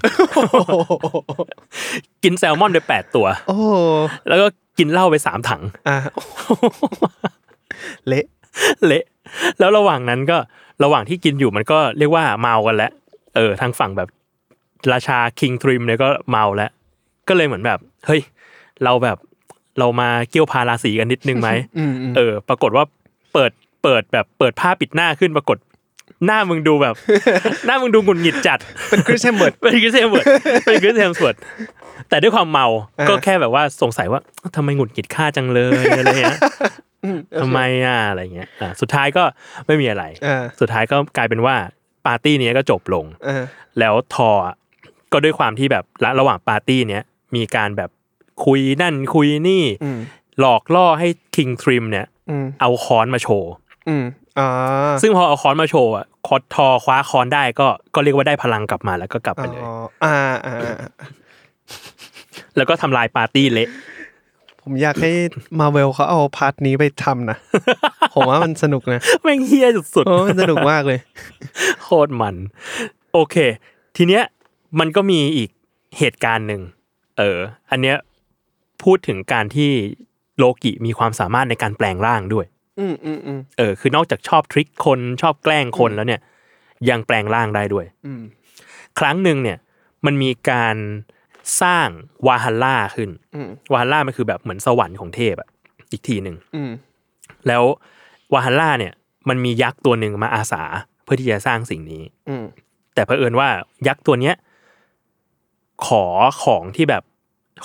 Speaker 2: กินแซลมอนไปแปดตัว
Speaker 3: โอ้โห
Speaker 2: แล้วก็กินเหล้าไปสามถัง
Speaker 3: อ่ะเละ
Speaker 2: เละแล้วระหว่างนั้นก็ระหว่างที่กินอยู่มันก็เรียกว่าเมากันแล้วเออทางฝั่งแบบราชาคิงทริมเนี่ยก็เมาแล้ว ก็เลยเหมือนแบบ เฮ้ย เราแบบเรามาเกี่ยวพาราศีกันนิดนึงไหม
Speaker 3: อืมอืม
Speaker 2: เออ ปรากฏว่าเปิดเปิดแบบเปิดผ้าปิดหน้าขึ้นปรากฏหน้ามึงดูแบบ หน้ามึงดูหงุดหงิดจัด
Speaker 3: เป็นคริสเฮมเบิร์ด
Speaker 2: เป็นคริสเฮ
Speaker 3: (laughs)
Speaker 2: มสวดเป็นคริสเฮมสวดแต่ด้วยความเมา
Speaker 3: อ่า
Speaker 2: ก็แค่แบบว่าสงสัยว่าทำไมหงุดหงิดข้าจัง
Speaker 3: (laughs)
Speaker 2: เลยอะไรเงี้ยทำไมอ่ะอะไรเงี้ยอ่ะสุดท้ายก็ไม่มีอะไร
Speaker 3: อ่า
Speaker 2: สุดท้ายก็กลายเป็นว่าปาร์ตี้เนี้ยก็จบลง
Speaker 3: อ่า
Speaker 2: แล้วทออ่ะก็ด้วยความที่แบบระระหว่างปาร์ตี้เนี้ยมีการแบบคุยนั่นคุยนี่
Speaker 3: อืม
Speaker 2: หลอกล่อให้คิงทริมเนี่ย
Speaker 3: อืม
Speaker 2: เอาค้อนมาโชว์
Speaker 3: อืมอ่า
Speaker 2: ซึ่งพอเอาค้อนมาโชว์อ่ะคอทอคว้าค้อนได้ก็ก็เรียกว่าได้พลังกลับมาแล้วก็กลับ
Speaker 3: อ๋
Speaker 2: ไปเลย
Speaker 3: ออ่าอ่าอ่า
Speaker 2: แล้วก็ทำลายปาร์ตี้เละ
Speaker 3: ผมอยากให้มาเวลเขาเอาพาร์ทนี้ไปทำนะ ผมว่ามันสนุกนะ
Speaker 2: (laughs) แม่งเฮี้ยสุด
Speaker 3: โอ้มันสนุกมากเลย
Speaker 2: ๆ โคตรมัน โอเค ทีเนี้ยมันก็มีอีกเหตุการณ์หนึ่งเออ อันเนี้ยพูดถึงการที่โลกิมีความสามารถในการแปลงร่างด้วย
Speaker 3: อืมอืมอืม
Speaker 2: เออ คือนอกจากชอบทริคคนชอบแกล้งคนแล้วเนี่ย ยังแปลงร่างได้ด้วย
Speaker 3: อืม
Speaker 2: ครั้งหนึ่งเนี่ย มันมีการสร้างวาฮัลล่าขึ้น
Speaker 3: อืม
Speaker 2: วาฮัลล่ามันคือแบบเหมือนสวรรค์ของเทพอะอีกทีหนึ่ง
Speaker 3: อืม
Speaker 2: แล้ววาฮัลล่าเนี่ย มันมียักษ์ตัวหนึ่งมาอาสาเพื่อที่จะสร้างสิ่งนี้
Speaker 3: อืม
Speaker 2: แต่เผอิญว่ายักษ์ตัวเนี้ยขอของที่แบบ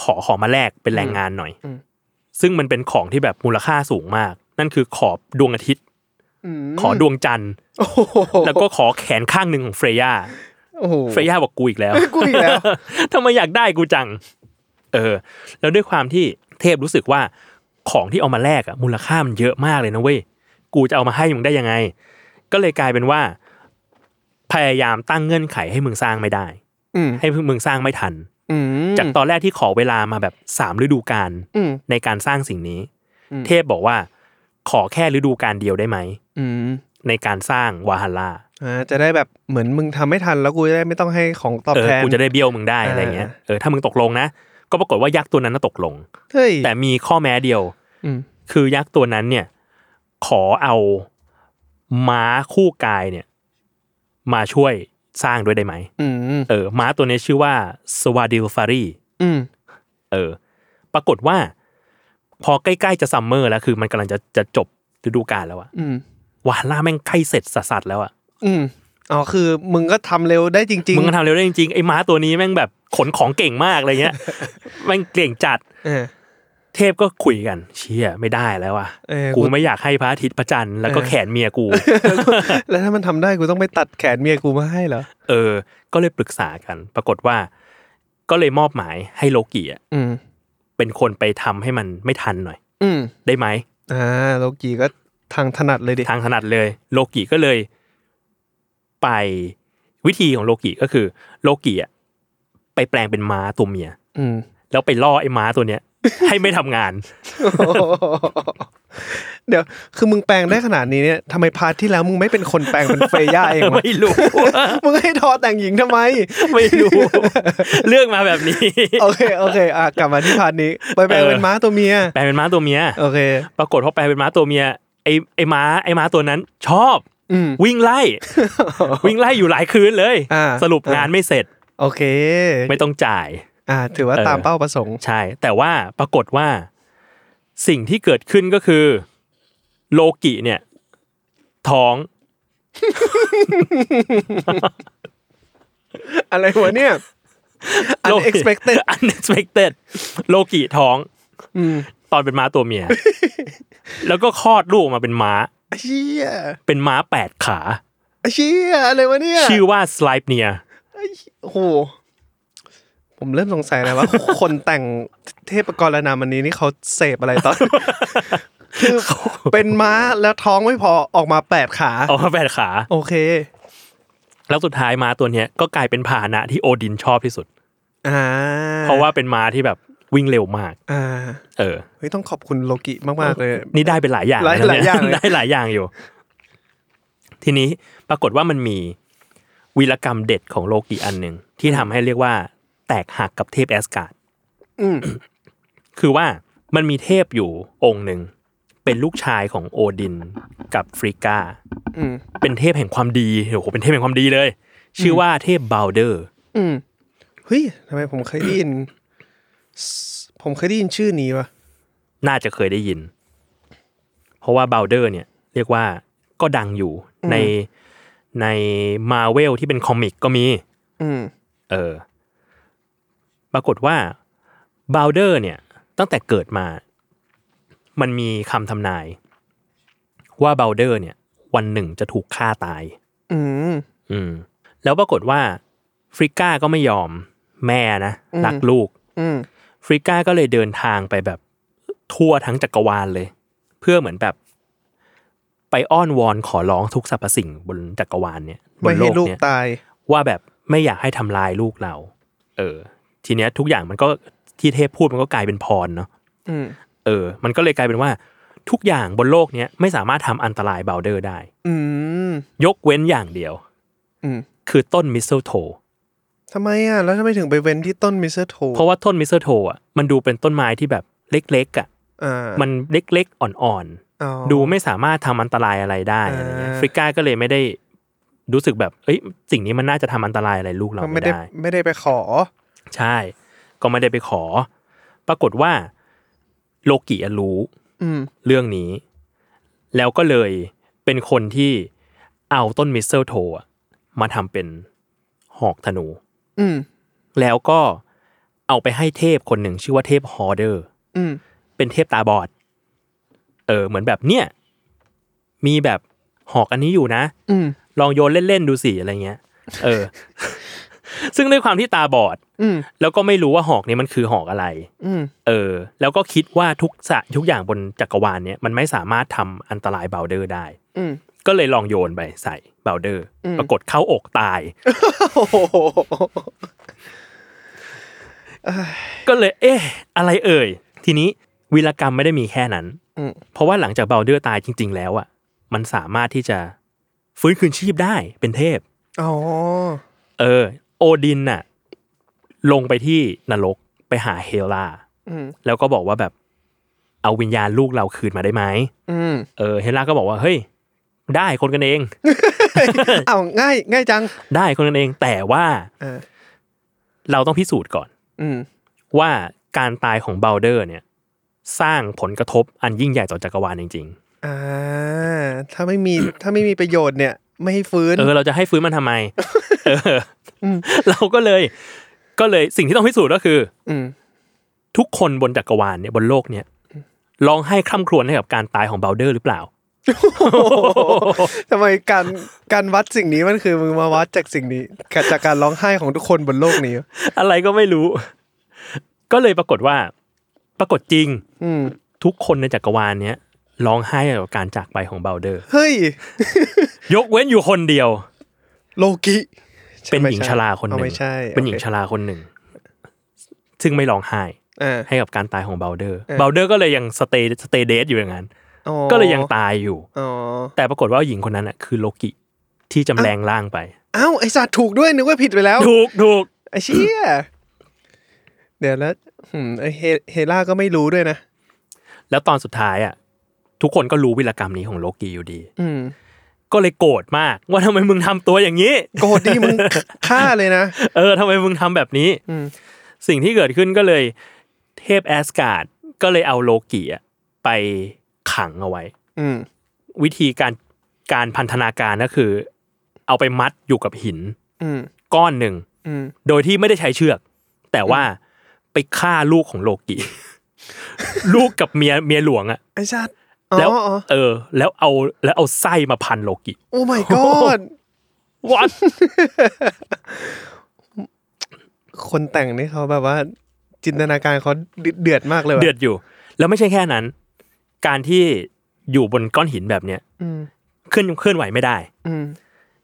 Speaker 2: ขอของมาแลกเป็นแรงงานหน่อย ซึ่งมันเป็นของที่แบบมูลค่าสูงมาก นั่นคือขอบดวงอาทิตย์
Speaker 3: ม
Speaker 2: ขอดวงจันทร์
Speaker 3: โอ้โห
Speaker 2: แล้วก็ขอแขนข้างหนึ่งของเฟรย่า
Speaker 3: โอ้โห
Speaker 2: เฟรย่าบอกกูอีกแล้ว
Speaker 3: กูอีกแล้ว
Speaker 2: (laughs) ทำไมอยากได้กูจัง เออ แล้วด้วยความที่เทพรู้สึกว่าของที่เอามาแลกอะมูลค่ามันเยอะมากเลยนะเว้ย กูจะเอามาให้มึงได้ยังไง ก็เลยกลายเป็นว่า พยายามตั้งเงื่อนไขให้มึงสร้างไม่ได้
Speaker 3: อืม
Speaker 2: ให้มึงสร้างไม่ทัน
Speaker 3: อืม
Speaker 2: จากตอนแรกที่ขอเวลามาแบบสามฤดูกาล
Speaker 3: อืม
Speaker 2: ในการสร้างสิ่งนี้
Speaker 3: อืม
Speaker 2: เทพบอกว่า ขอแค่ฤดูกาลเดียวได้ไหม
Speaker 3: อืม
Speaker 2: ในการสร้างวาฮัลลา
Speaker 3: อ่าจะได้แบบเหมือนมึงทำไม่ทันแล้วกูจะได้ไม่ต้องให้ของตอบ
Speaker 2: เออ
Speaker 3: แทน
Speaker 2: กูจะได้เบี้ยวมึงได้อะไรเงี้ย
Speaker 3: อ่า
Speaker 2: เออถ้ามึงตกลงนะ ก็ปรากฏว่ายักษ์ตัวนั้นน่ะตกลง
Speaker 3: เฮ้ย
Speaker 2: แต่มีข้อแม้เดียว
Speaker 3: อืม
Speaker 2: คือยักษ์ตัวนั้นเนี่ย ขอเอาม้าคู่กายเนี่ย มาช่วยสร้างด้วยได้ไหม
Speaker 3: อืม
Speaker 2: เออม้าตัวนี้ชื่อว่าสวาดิลฟารี
Speaker 3: อืม
Speaker 2: เออ ปรากฏว่า พอใกล้ๆจะซัมเมอร์แล้วคือมันกำลังจะจะจบฤดูกาลแล้วอะ
Speaker 3: อืม
Speaker 2: วาล่าแม่งใกล้เสร็จสัสๆแล้วอะ
Speaker 3: อืมอ๋อคือมึงก็ทำเร็วได้จริง ๆ
Speaker 2: มึงก็ทำเร็วได้จริงๆไอ้ม้าตัวนี้แม่งแบบขนของเก่งมากอะไร
Speaker 3: (laughs)
Speaker 2: เงี้ย แม่งเก่งจัด
Speaker 3: เออ
Speaker 2: เทพก็คุยกัน เชี่ยไม่ได้แล้วอ่ะ
Speaker 3: เออ
Speaker 2: กู
Speaker 3: กู
Speaker 2: ไม่อยากให้พระอาทิตย์พระจันทร์แล้วก็แขนเมียกู (laughs)
Speaker 3: แล้วถ้ามันทำได้กูต้องไปตัดแขนเมียกูมาให้เหรอ
Speaker 2: เออ ก็เลยปรึกษากัน ปรากฏว่า ก็เลยมอบหมายให้โลกิอ่ะ
Speaker 3: อืม
Speaker 2: เป็นคนไปทำให้มันไม่ทันหน่อย
Speaker 3: อืม
Speaker 2: ได้ไหม
Speaker 3: อ่าโลกีก็ทางถนัดเลยดิ
Speaker 2: ทางถนัดเลย โลกิก็เลยไปวิธีของโลกิก็คือ โลกิอ่ะไปแปลงเป็นม้าตัวเมีย
Speaker 3: อืม (laughs)
Speaker 2: แล้วไปล่อไอ้ม้าตัวเนี้ย ให้ไม่ทำงาน
Speaker 3: เดี๋ยวคือมึงแปลงได้ขนาดนี้เนี่ยทำไมพาร์ทที่แล้วมึงไม่เป็นคนแปลงเป็นเฟย่าเองวะ
Speaker 2: (laughs) ไม่รู้
Speaker 3: มึงให้ทอแต่งหญิงทำไม
Speaker 2: ไม่รู้ เรื่องมาแบบนี้
Speaker 3: โอเคโอเคอ่ะกลับมาที่พาร์ทนี้ไปแปลงเป็นม้าตัวเมีย
Speaker 2: แปลงเป็นม้าตัวเมีย
Speaker 3: โอเค
Speaker 2: ปรากฏพอแปลงเป็นม้าตัวเมียไอ้ไอ้ม้าไอ้ม้าตัวนั้น ชอบ
Speaker 3: อืม
Speaker 2: วิ่ง
Speaker 3: (laughs)
Speaker 2: ไล่ วิ่งไล่อยู่หลายคืนเลย
Speaker 3: อ่า
Speaker 2: สรุปงานไม่เสร็จ
Speaker 3: โอเค
Speaker 2: ไม่ต้องจ่าย
Speaker 3: อ่า ถือว่า
Speaker 2: เออ
Speaker 3: ตามเป้าประสงค์
Speaker 2: ใช่ แต่ว่าปรากฏว่า สิ่งที่เกิดขึ้นก็คือ โลกิเนี่ย ท้อง
Speaker 3: อะไรวะเนี่ย
Speaker 2: โลกิ
Speaker 3: unexpected
Speaker 2: (laughs) unexpected โลกิท้อง
Speaker 3: อืม
Speaker 2: ตอนเป็นม้าตัวเมีย แล้วก็คลอดลูกออกมาเป็นม้า
Speaker 3: ไอ้เชี่ย
Speaker 2: เป็นม้าแปดขา
Speaker 3: ไอ้เชี่ยอะไรวะเนี่ย
Speaker 2: ชื่อว่าสไลป์เนีย
Speaker 3: โอ้โห ผมเริ่มสงสัยแล้วว่า คนแต่งเทพกรนามอันนี้นี่เขาเสพอะไร
Speaker 2: (laughs)
Speaker 3: ตอน คือเป็นม้าแล้วท้องไม่พอออกมาแปดขา
Speaker 2: เอามาแปดขา
Speaker 3: โอเค
Speaker 2: แล้วสุดท้ายม้าตัวเนี้ยก็กลายเป็นพาหนะที่โอดินชอบที่สุด
Speaker 3: อ่า
Speaker 2: เพราะว่าเป็นม้าที่แบบวิ่งเร็วมาก
Speaker 3: อ่า
Speaker 2: เออ
Speaker 3: เฮ้ยต้องขอบคุณโลกิมากๆเลย
Speaker 2: นี่ได้เป็นหลายอย่าง
Speaker 3: หลาย
Speaker 2: นะเนี่
Speaker 3: หลายอย่างเลย
Speaker 2: ได้หลาย (laughs) อย่างอยู่ ทีนี้ปรากฏว่ามันมีวีรกรรมเด็ดของโลกิอันหนึ่งที่ทำให้เรียกว่า แตกหักกับเทพแอสการ์ด
Speaker 3: อืม
Speaker 2: (coughs) คือว่ามันมีเทพอยู่องค์หนึ่ง เป็นลูกชายของโอดินกับฟริก้า
Speaker 3: อืม
Speaker 2: เป็นเทพแห่งความดีโอ้โหเป็นเทพแห่งความดีเลย ชื่อว่าเทพบาวเดอร์
Speaker 3: อืมเฮ้ยทำไมผมเคยได้ยินสผมเคยได้ยินชื่อนี้วะ
Speaker 2: น่าจะเคยได้ยิน เพราะว่าบาวเดอร์เนี่ย เรียกว่าก็ดังอยู่ในในมาเวลที่เป็นคอมิกก็มี
Speaker 3: อืม
Speaker 2: เออ ปรากฏว่าบาวเดอร์เนี่ย ตั้งแต่เกิดมา มันมีคำทำนาย ว่าบาวเดอร์เนี่ย วันหนึ่งจะถูกฆ่าตาย
Speaker 3: อืม
Speaker 2: อืม แล้วปรากฏว่าฟริก้าก็ไม่ยอมแม่นะรักลูก
Speaker 3: อืม
Speaker 2: ฟริก้าก็เลยเดินทางไปแบบทั่วทั้งจักรวาลเลย เพื่อเหมือนแบบ ไปอ้อนวอนขอร้องทุกสรรพสิ่งบนจักรวาลเนี่ยบ
Speaker 3: ไม่
Speaker 2: นโล
Speaker 3: ให้
Speaker 2: ก
Speaker 3: ลูก
Speaker 2: เนี่ย
Speaker 3: ตาย
Speaker 2: ว่าแบบไม่อยากให้ทำลายลูกเรา เออ ทีเนี้ยทุกอย่างมันก็ที่เทพพูดมันก็กลายเป็นพรเนาะ
Speaker 3: อืม
Speaker 2: เออ มันก็เลยกลายเป็นว่า ทุกอย่างบนโลกเนี้ยไม่สามารถทำอันตรายเบลเดอร์ได้
Speaker 3: อืม
Speaker 2: ยกเว้นอย่างเดียว
Speaker 3: อืม
Speaker 2: คือต้นมิสเซลโท
Speaker 3: ทำไมอ่ะ แล้วทำไมถึงไปเว้นที่ต้นมิสเตอร์โท
Speaker 2: เพราะว่าต้นมิสเซลโทอ่ะมันดูเป็นต้นไม้ที่แบบเล็กๆอ่ะ
Speaker 3: อ่า
Speaker 2: มันเล็กๆอ่อนๆ
Speaker 3: อ๋อ
Speaker 2: ดูไม่สามารถทำอันตรายอะไรได้อะไรเงี้ย
Speaker 3: อ่า
Speaker 2: ฟริก้าก็เลยไม่ได้รู้สึกแบบ เอ้ย สิ่งนี้มันน่าจะทำอันตรายอะไรลูกเรา
Speaker 3: ก็
Speaker 2: ไม่
Speaker 3: ไม่ได้
Speaker 2: ได้
Speaker 3: ไม่ได้ไปขอ
Speaker 2: ใช่ ก็ไม่ได้ไปขอ ปรากฏว่าโลกิอะรู้
Speaker 3: อืม
Speaker 2: เรื่องนี้ แล้วก็เลยเป็นคนที่เอาต้นมิสเซลโทอะมาทำเป็นหอกธนู
Speaker 3: อืม
Speaker 2: แล้วก็เอาไปให้เทพคนหนึ่งชื่อว่าเทพฮอร์เดอร์
Speaker 3: อืม
Speaker 2: เป็นเทพตาบอด เออ เหมือนแบบเนี่ย มีแบบหอกอันนี้อยู่นะ
Speaker 3: อืม
Speaker 2: ลองโยนเล่น ๆ ดูสิอะไรเงี้ย เออ (laughs) ซึ่งด้วยความที่ตาบอด
Speaker 3: อืม
Speaker 2: แล้วก็ไม่รู้ว่าหอกนี้มันคือหอกอะไร
Speaker 3: อืม
Speaker 2: เออ แล้วก็คิดว่าทุกสะทุกอย่างบนจักรวาลเนี่ย มันไม่สามารถทำอันตรายเบลเดอร์ได้
Speaker 3: อืม
Speaker 2: ก็เลยลองโยนไปใส่เบลเดอร์
Speaker 3: อืม
Speaker 2: ปรากฏเข้าอกตาย
Speaker 3: โอ้โห
Speaker 2: ก็เลย เอ๊ะ อะไรเอ่ย ทีนี้วีรกรรมไม่ได้มีแค่นั้น
Speaker 3: อืม
Speaker 2: เพราะว่าหลังจากเบลเดอร์ตายจริง ๆ แล้วอ่ะ มันสามารถที่จะ ฟื้นคืนชีพได้เป็นเทพ
Speaker 3: อ๋อ
Speaker 2: เออ โอดินน่ะ ลงไปที่นรกไปหาเฮลา
Speaker 3: อืม
Speaker 2: แล้วก็บอกว่าแบบเอาวิญญาณลูกเราคืนมาได้ไหม
Speaker 3: อืม
Speaker 2: เออเฮลาก็บอกว่าเฮ้ย ได้คนกันเอง
Speaker 3: เอาง่ายง่ายจัง
Speaker 2: ได้คนกันเอง แต่ว่า
Speaker 3: เออ
Speaker 2: เราต้องพิสูจน์ก่อน
Speaker 3: อืม
Speaker 2: ว่าการตายของเบลเดอร์เนี่ย สร้างผลกระทบอันยิ่งใหญ่ต่อจักรวาลจริง
Speaker 3: อ่าถ้าไม่มีถ้าไม่มีประโยชน์เนี่ย ไม่ให้ฟื้น
Speaker 2: ๆเออเราจะให้ฟื้นมันทำไม
Speaker 3: (laughs)
Speaker 2: เอออ
Speaker 3: ม
Speaker 2: เราก็เลย ก็เลยสิ่งที่ต้องพิสูจน์ก็คือ
Speaker 3: อืม
Speaker 2: ทุกคนบนจักรวาลเนี่ยบนโลกเนี่ยร้องไห้คร่ำครวญให้กับการตายของเบลเดอร์หรือเปล่า (laughs)
Speaker 3: ทำไมการการวัดสิ่งนี้มันคือมึงมาวัดจากสิ่งนี้จากการร้องไห้ของทุกคนบนโลกนี้
Speaker 2: อะไรก็ไม่รู้ ก็เลยปรากฏว่า ปรากฏจริง
Speaker 3: อืม
Speaker 2: ทุกคนในจักรวาลเนี้ยร้องไห้ให้กับการจากไปของเบลเดอร์
Speaker 3: เฮ้ย
Speaker 2: ยกเว้นอยู่คนเดียว
Speaker 3: โลกิ
Speaker 2: เป็นหญิงชราคนหนึ่ง
Speaker 3: เอาไม่ใช่
Speaker 2: เป็นหญิงชราคนหนึ่ง ซึ่งไม่ร้องไห้
Speaker 3: อ่า
Speaker 2: ให้กับการตายของเบลเดอร์
Speaker 3: เออ
Speaker 2: เบลเดอร์ก็เลยยังสเตย์สเตย์เดทอยู่อย่างนั้น
Speaker 3: อ๋อ
Speaker 2: ก็เลยยังตายอยู่
Speaker 3: อ๋อ
Speaker 2: แต่ปรากฏว่าหญิงคนนั้นน่ะคือโลกิที่จำแรงร่างไป
Speaker 3: เอ้าไอสัตว์ถูกด้วยนึกว่าผิดไปแล้ว
Speaker 2: ถูกถูก
Speaker 3: ไอเชี่ยเดี๋ยวแล้วหืมไอเฮเฮล่าก็ไม่รู้ด้วยนะ
Speaker 2: แล้วตอนสุดท้ายอ่ะ ทุกคนก็รู้วิรกรรมนี้ของโลกิอยู่ดี
Speaker 3: อืม
Speaker 2: ก็เลยโกรธมาก ว่าทำไมมึงทำตัวอย่างนี้
Speaker 3: โกรธดีมึ (laughs) ง ฆ่าเลยนะ
Speaker 2: เออทำไมมึงทำแบบนี้
Speaker 3: อืม
Speaker 2: สิ่งที่เกิดขึ้นก็เลย เทพแอสการ์ดก็เลยเอาโลกิอะไปขังเอาไว้
Speaker 3: อืม
Speaker 2: วิธีการการพันธนาการก็คือ เอาไปมัดอยู่กับหิน
Speaker 3: อืม
Speaker 2: ก้อนหนึ่ง
Speaker 3: อืม
Speaker 2: โดยที่ไม่ได้ใช้เชือก แต่ว่าไปฆ่าลูกของโลกิ
Speaker 3: (laughs)
Speaker 2: ลูกกับเมียเมียหลวงอะ
Speaker 3: ไอสัตว์อ๋อ
Speaker 2: แล้วเออ แล้วเอาแล้วเอาไส้มาพันโลกิ
Speaker 3: โอ้ my god (laughs)
Speaker 2: วัด
Speaker 3: คนแต่งนี่เขาแบบว่า จินตนาการเขาเดือดเดือดมากเลยว่ะ
Speaker 2: (laughs) เดือดอยู่ แล้วไม่ใช่แค่นั้น การที่อยู่บนก้อนหินแบบเนี้ย
Speaker 3: อืม
Speaker 2: เคลื่อนเคลื่อนไหวไม่ได้
Speaker 3: อืม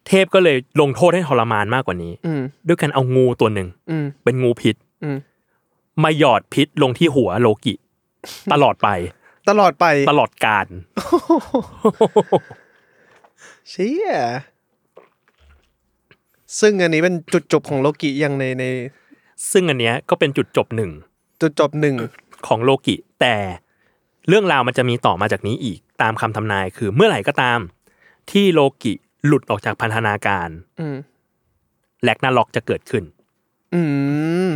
Speaker 2: เทพก็เลยลงโทษให้ทรมานมากกว่านี้
Speaker 3: อืม
Speaker 2: ด้วยการเอางูตัวหนึ่ง
Speaker 3: อืม
Speaker 2: เป็นงูพิษ
Speaker 3: อืม
Speaker 2: มาหยอดพิษลงที่หัวโล
Speaker 3: (laughs)
Speaker 2: กิ ตลอดไป
Speaker 3: ตลอดไป
Speaker 2: ตลอดการ
Speaker 3: เชี่ยซึ่งอันนี้เป็นจุดจบของโลกิยังในใน
Speaker 2: ซึ่งอันเนี้ยก็เป็นจุดจบหนึ่ง
Speaker 3: จุดจบหนึ่ง
Speaker 2: ของโลกิ แต่เรื่องราวมันจะมีต่อมาจากนี้อีกตามคำทำนายคือเมื่อไหร่ก็ตาม ที่โลกิหลุดออกจากพันธนาการ
Speaker 3: อืม
Speaker 2: แลกนาล็อกจะเกิดขึ้น
Speaker 3: อืม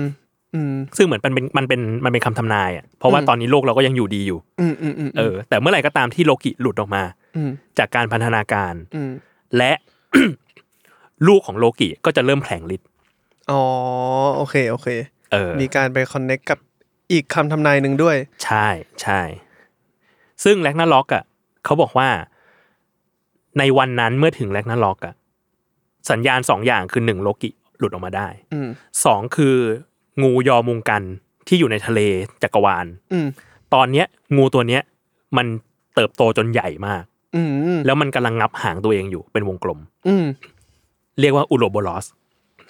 Speaker 3: อืม
Speaker 2: ซึ่งเหมือนมันเป็นมันเป็นมันเป็นคำทำนายอ่ะเพราะว่า
Speaker 3: อืม
Speaker 2: ตอนนี้โลกเราก็ยังอยู่ดีอยู่
Speaker 3: อืมอืมอืม
Speaker 2: เออ แต่เมื่อไหร่ก็ตามที่โลกิหลุดออกมา
Speaker 3: อืม
Speaker 2: จากการพันธนาการ
Speaker 3: อืม
Speaker 2: และ (coughs) ลูกของโลกิก็จะเริ่มแผลงฤทธิ์
Speaker 3: อ๋อ โอเค โอเค
Speaker 2: เออ
Speaker 3: มีการไปคอนเน็กกับอีกคำทำนายหนึ่งด้วย
Speaker 2: ใช่ใช่ ซึ่งแลกนาล็อกอ่ะเขาบอกว่า ในวันนั้นเมื่อถึงแลกนาล็อกอ่ะสัญญาณสองอย่างคือหนึ่งโลกิหลุดออกมาได้
Speaker 3: อืม
Speaker 2: สองคืองูยอมุงกันที่อยู่ในทะเลจักรวาล
Speaker 3: อืม
Speaker 2: ตอนเนี้ย งูตัวเนี้ย มันเติบโตจนใหญ่มาก
Speaker 3: อืม
Speaker 2: แล้วมันกำลังงับหางตัวเองอยู่เป็นวงกลม
Speaker 3: อืม
Speaker 2: เรียกว่าอุโรโบลอส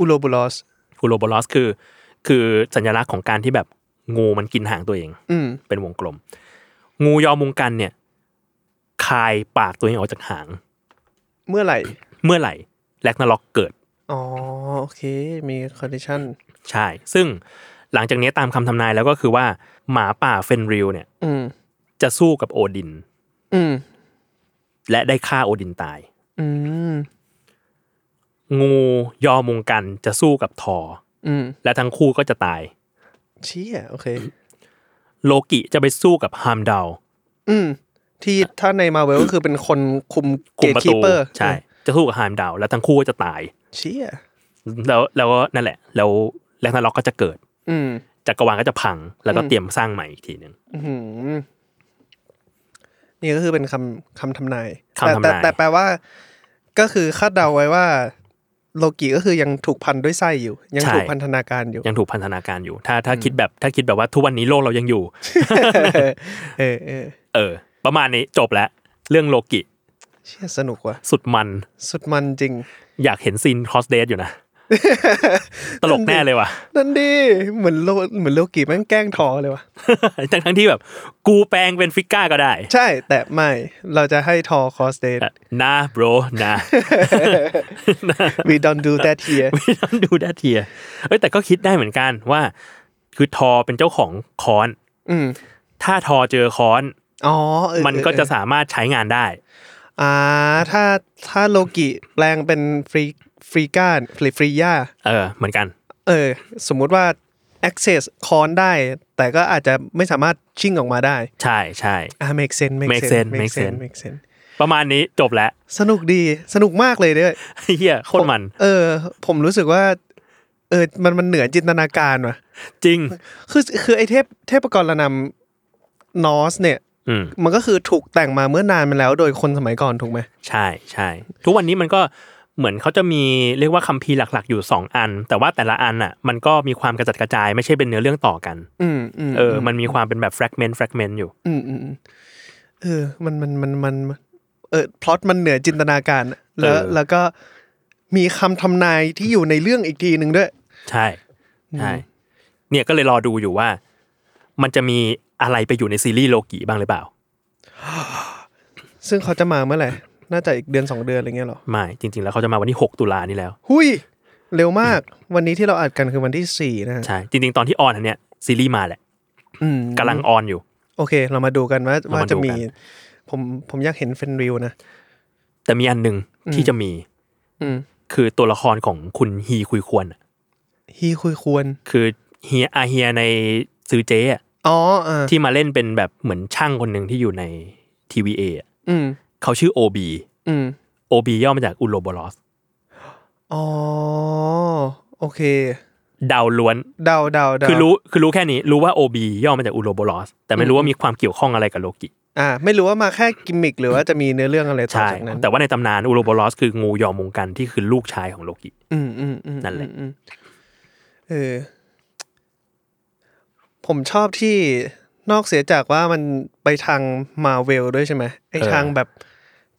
Speaker 3: อุโรบุลอส
Speaker 2: อุโรโบลอสคือ คือสัญลักษณ์ของการที่แบบงูมันกินหางตัวเอง
Speaker 3: อืม
Speaker 2: เป็นวงกลม งูยอมุงกันเนี่ย คายปากตัวเองออกจากหาง
Speaker 3: เมื่อไหร่
Speaker 2: เมื่อไหร่แลกนาล็อกเกิด
Speaker 3: อ๋อ โอเค มีคอนดิชัน
Speaker 2: ใช่ ซึ่งหลังจากนี้ตามคำทำนายแล้วก็คือว่า หมาป่าเฟนริลเนี่ย
Speaker 3: อืม
Speaker 2: จะสู้กับโอดิน
Speaker 3: อืม
Speaker 2: และได้ฆ่าโอดินตาย
Speaker 3: อืม
Speaker 2: งูยอมุงกันจะสู้กับทอร์
Speaker 3: อืม
Speaker 2: และทั้งคู่ก็จะตาย
Speaker 3: เชี่ย โอเค
Speaker 2: โลกิจะไปสู้กับฮามดาว
Speaker 3: อืม ที่ถ้าในมาเวลก็คือเป็นคนคุมเก
Speaker 2: กลุ่ม
Speaker 3: ต
Speaker 2: ประ
Speaker 3: คี
Speaker 2: ตู
Speaker 3: เปอร์
Speaker 2: ใช่ จะสู้กับฮามดาวและทั้งคู่ก็จะตาย
Speaker 3: เชี่ย
Speaker 2: แล้วแล้วก็นั่นแหละ แล้วแลกนาล็อกก็จะเกิด
Speaker 3: อืม
Speaker 2: จักรวาลก็จะพัง แล้วก็เตรียมสร้างใหม่อีกทีหนึ่ง
Speaker 3: อื้อหือนี่ก็คือเป็นคำคำทำนาย
Speaker 2: คำทำนาย
Speaker 3: แต่แต่แต่แปลว่า ก็คือคาดเดาไว้ว่า โลกิก็คือยังถูกพันด้วยไส้อยู่ ยังถูกพันธนาการอยู่
Speaker 2: ยังถูกพันธนาการอยู่ ถ้าถ้าคิดแบบถ้าคิดแบบว่าทุกวันนี้โลกเรายังอยู่
Speaker 3: เออเออ
Speaker 2: เออ ประมาณนี้จบแล้ว เรื่องโลกิ
Speaker 3: เชี่ยสนุกว่ะ
Speaker 2: สุดมัน
Speaker 3: สุดมันจริง
Speaker 2: (laughs) อยากเห็นซีนคอสเดทอยู่นะ ตลกแน่เลยว่ะ
Speaker 3: นั่นดีเหมือนโลเหมือนโลกิแม่งแกล้งทอเลยว่ะ
Speaker 2: ทั้งทั้งๆที่แบบ กูแปลงเป็นฟิกก้าก็ได้
Speaker 3: ใช่แต่ไม่เราจะให้ทอคอสเดน
Speaker 2: นะ bro นะ (laughs)
Speaker 3: we don't do that here
Speaker 2: ไม่ (laughs) ต้องดูด้าเทียเอ้ยแต่ก็คิดได้เหมือนกันว่า คือทอเป็นเจ้าของค้อน
Speaker 3: อืม
Speaker 2: ถ้าทอเจอค้อน
Speaker 3: อ๋อเออ
Speaker 2: มันก็จะ
Speaker 3: เออเออ
Speaker 2: สามารถใช้งานได้
Speaker 3: อ่าถ้าถ้าโลกิแปลงเป็นฟรีฟรีก้านฟรีฟรีย่า
Speaker 2: เออ เหมือนกัน
Speaker 3: เออ สมมุติว่า access คอนได้ แต่ก็อาจจะไม่สามารถชิ่งออกมาได้
Speaker 2: ใช่ใช่
Speaker 3: อ่า make sense
Speaker 2: make sense make sense
Speaker 3: make sense
Speaker 2: ประมาณนี้จบแล้ว (laughs)
Speaker 3: สนุกดีสนุกมากเลยด้วย
Speaker 2: เฮียโคตรมัน
Speaker 3: เออ ผมรู้สึกว่า เออ มันมันเหนือจินตนาการว่ะ
Speaker 2: จริง
Speaker 3: คือคือไอเทพเทพกรนำนอสเนี่ย
Speaker 2: อืม
Speaker 3: มันก็คือถูกแต่งมาเมื่อนานมาแล้ว โดยคนสมัยก่อนถูกไหม
Speaker 2: ใช่ใช่ ทุกวันนี้มันก็เหมือนเขาจะมีเรียกว่าคัมภีร์หลักๆ อยู่ 2 อัน แต่ว่าแต่ละอันอ่ะ มันก็มีความกระจัดกระจายไม่ใช่เป็นเนื้อเรื่องต่อกัน
Speaker 3: อืมอืม
Speaker 2: เออ มันมีความเป็นแบบ fragment fragment อยู่
Speaker 3: อืมอืมอืมเออ มันมันมันมันมันเออพล็อตมันเหนือจินตนาการอะแล้ว
Speaker 2: เออ
Speaker 3: แล้วก็มีคำทำนายที่อยู่ในเรื่องอีกทีหนึ่งด้วย
Speaker 2: ใช่ใช่เนี่ยก็เลยรอดูอยู่ว่า มันจะมีอะไรไปอยู่ในซีรีส์โลกิบ้างหรือเปล่า
Speaker 3: ซึ่งเขาจะมาเมื่อไหร่ น่าจะอีกเดือนสองเดือนอะไรเงี้ยเหรอ
Speaker 2: ไม่จริง ๆ แล้วเขาจะมาวันที่ 6 ตุลานี่แล้ว
Speaker 3: หุยเร็วมาก วันนี้ที่เราอัดกันคือวันที่สี่นะฮะ
Speaker 2: ใช่ จริง ๆ ตอนที่ออนอันเนี้ยซีรีส์มาแหละ
Speaker 3: อืม
Speaker 2: กำลังออนอยู่
Speaker 3: โอเค เรามาดูกันว่า
Speaker 2: เรามา
Speaker 3: ว่าจะมี
Speaker 2: ดูกัน
Speaker 3: ผมผมอยากเห็นเฟนริวนะ
Speaker 2: แต่มีอันหนึ่งที่จะมี
Speaker 3: อืม
Speaker 2: คือตัวละครของคุณฮีคุยควรอะ
Speaker 3: ฮีคุยควร
Speaker 2: คือเฮียอาเฮียในซือเจอะ
Speaker 3: อ๋ออ่า
Speaker 2: ที่มาเล่นเป็นแบบเหมือนช่างคนหนึ่งที่อยู่ใน TVA อะ
Speaker 3: อืม
Speaker 2: เขาชื่อ OB
Speaker 3: อืม
Speaker 2: OB ย่อมาจากอุโลบอลอส
Speaker 3: อ๋อ โอเค
Speaker 2: เดาวล้วน
Speaker 3: เดาเดาเดา
Speaker 2: คือรู้คือรู้แค่นี้รู้ว่า OB ย่อมาจากอุโลบอลอสแต่ไม่รู้ว่ามีความเกี่ยวข้องอะไรกับโลกิ
Speaker 3: อ่า ไม่รู้ว่ามาแค่กิมมิกหรือว่าจะมีเนื้อเรื่องอะไรต่อ
Speaker 2: ใช่
Speaker 3: จากนั้น
Speaker 2: แต่ว่าในตำนานอุโลบอลอสคืองูยอมวงกันที่คือลูกชายของโลกิ
Speaker 3: อืมอืมอืม
Speaker 2: นั่นแหละ
Speaker 3: อืมเออ ผมชอบที่นอกเสียจากว่ามันไปทางมาเวลด้วยใช่ไหมไอทางแบบ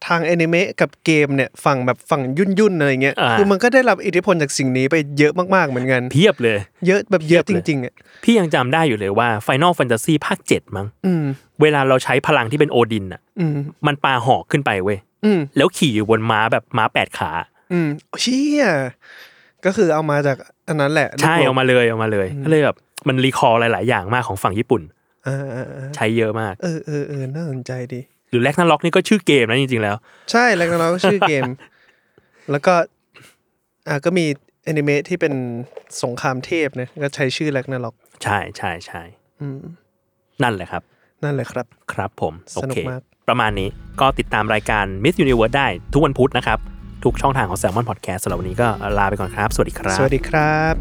Speaker 3: ทางแอนิเมะกับเกมเนี่ย ฝั่งแบบฝั่งยุ่นยุ่นๆอะไรเงี้ย
Speaker 2: อ่า
Speaker 3: คือมันก็ได้รับอิทธิพลจากสิ่งนี้ไปเยอะมากๆเหมือนกัน
Speaker 2: เพียบเลย
Speaker 3: เยอะแบบเยอะ
Speaker 2: เที
Speaker 3: จ
Speaker 2: ยบเลย
Speaker 3: ริงๆอ่ะ
Speaker 2: พี่ยังจำได้อยู่เลยว่า Final Fantasy ภาค 7 มั้ง
Speaker 3: อืม
Speaker 2: เวลาเราใช้พลังที่เป็นโอดินอ่ะ
Speaker 3: อืม
Speaker 2: มันปาหอกขึ้นไปเว้ย
Speaker 3: อืม
Speaker 2: แล้วขี่อยู่บนม้าแบบม้าแปดขา
Speaker 3: อืมโอ้เชี่ยก็คือเอามาจากอันนั้นแหละ
Speaker 2: ใช่
Speaker 3: ลูกหลง
Speaker 2: เอามาเลยเอามาเลยก็เลยแบบมันรีคอร์หลายๆ อย่างมากของฝั่งญี่ปุ่น
Speaker 3: อ่าอ่าอ่า
Speaker 2: ใช้เยอะมาก
Speaker 3: เออเออเออน่าสนใจดี
Speaker 2: หรือแลกนาล็อกนี่ก็ชื่อเกมนะจริงๆแล้ว
Speaker 3: ใช่แล้วเราก็ชื่อเกม (laughs) แล้วก็ อ่าก็มีแอนิเมะที่เป็นสงครามเทพเนี่ยก็ใช้ชื่อแลกนาล็อก
Speaker 2: ใช่ใช่ใช่
Speaker 3: อืม
Speaker 2: นั่นแหละครับ
Speaker 3: นั่นแหละครับ
Speaker 2: ครับผมโอ
Speaker 3: สนุ
Speaker 2: เค
Speaker 3: กมาก
Speaker 2: ประมาณนี้ก็ติดตามรายการ Miss Universe ได้ทุกวันพุธนะครับ ทุกช่องทางของ Salmon Podcast สำหรับวันนี้ก็ลาไปก่อนครับ สวัสดีครับ
Speaker 3: สวัสดีครับ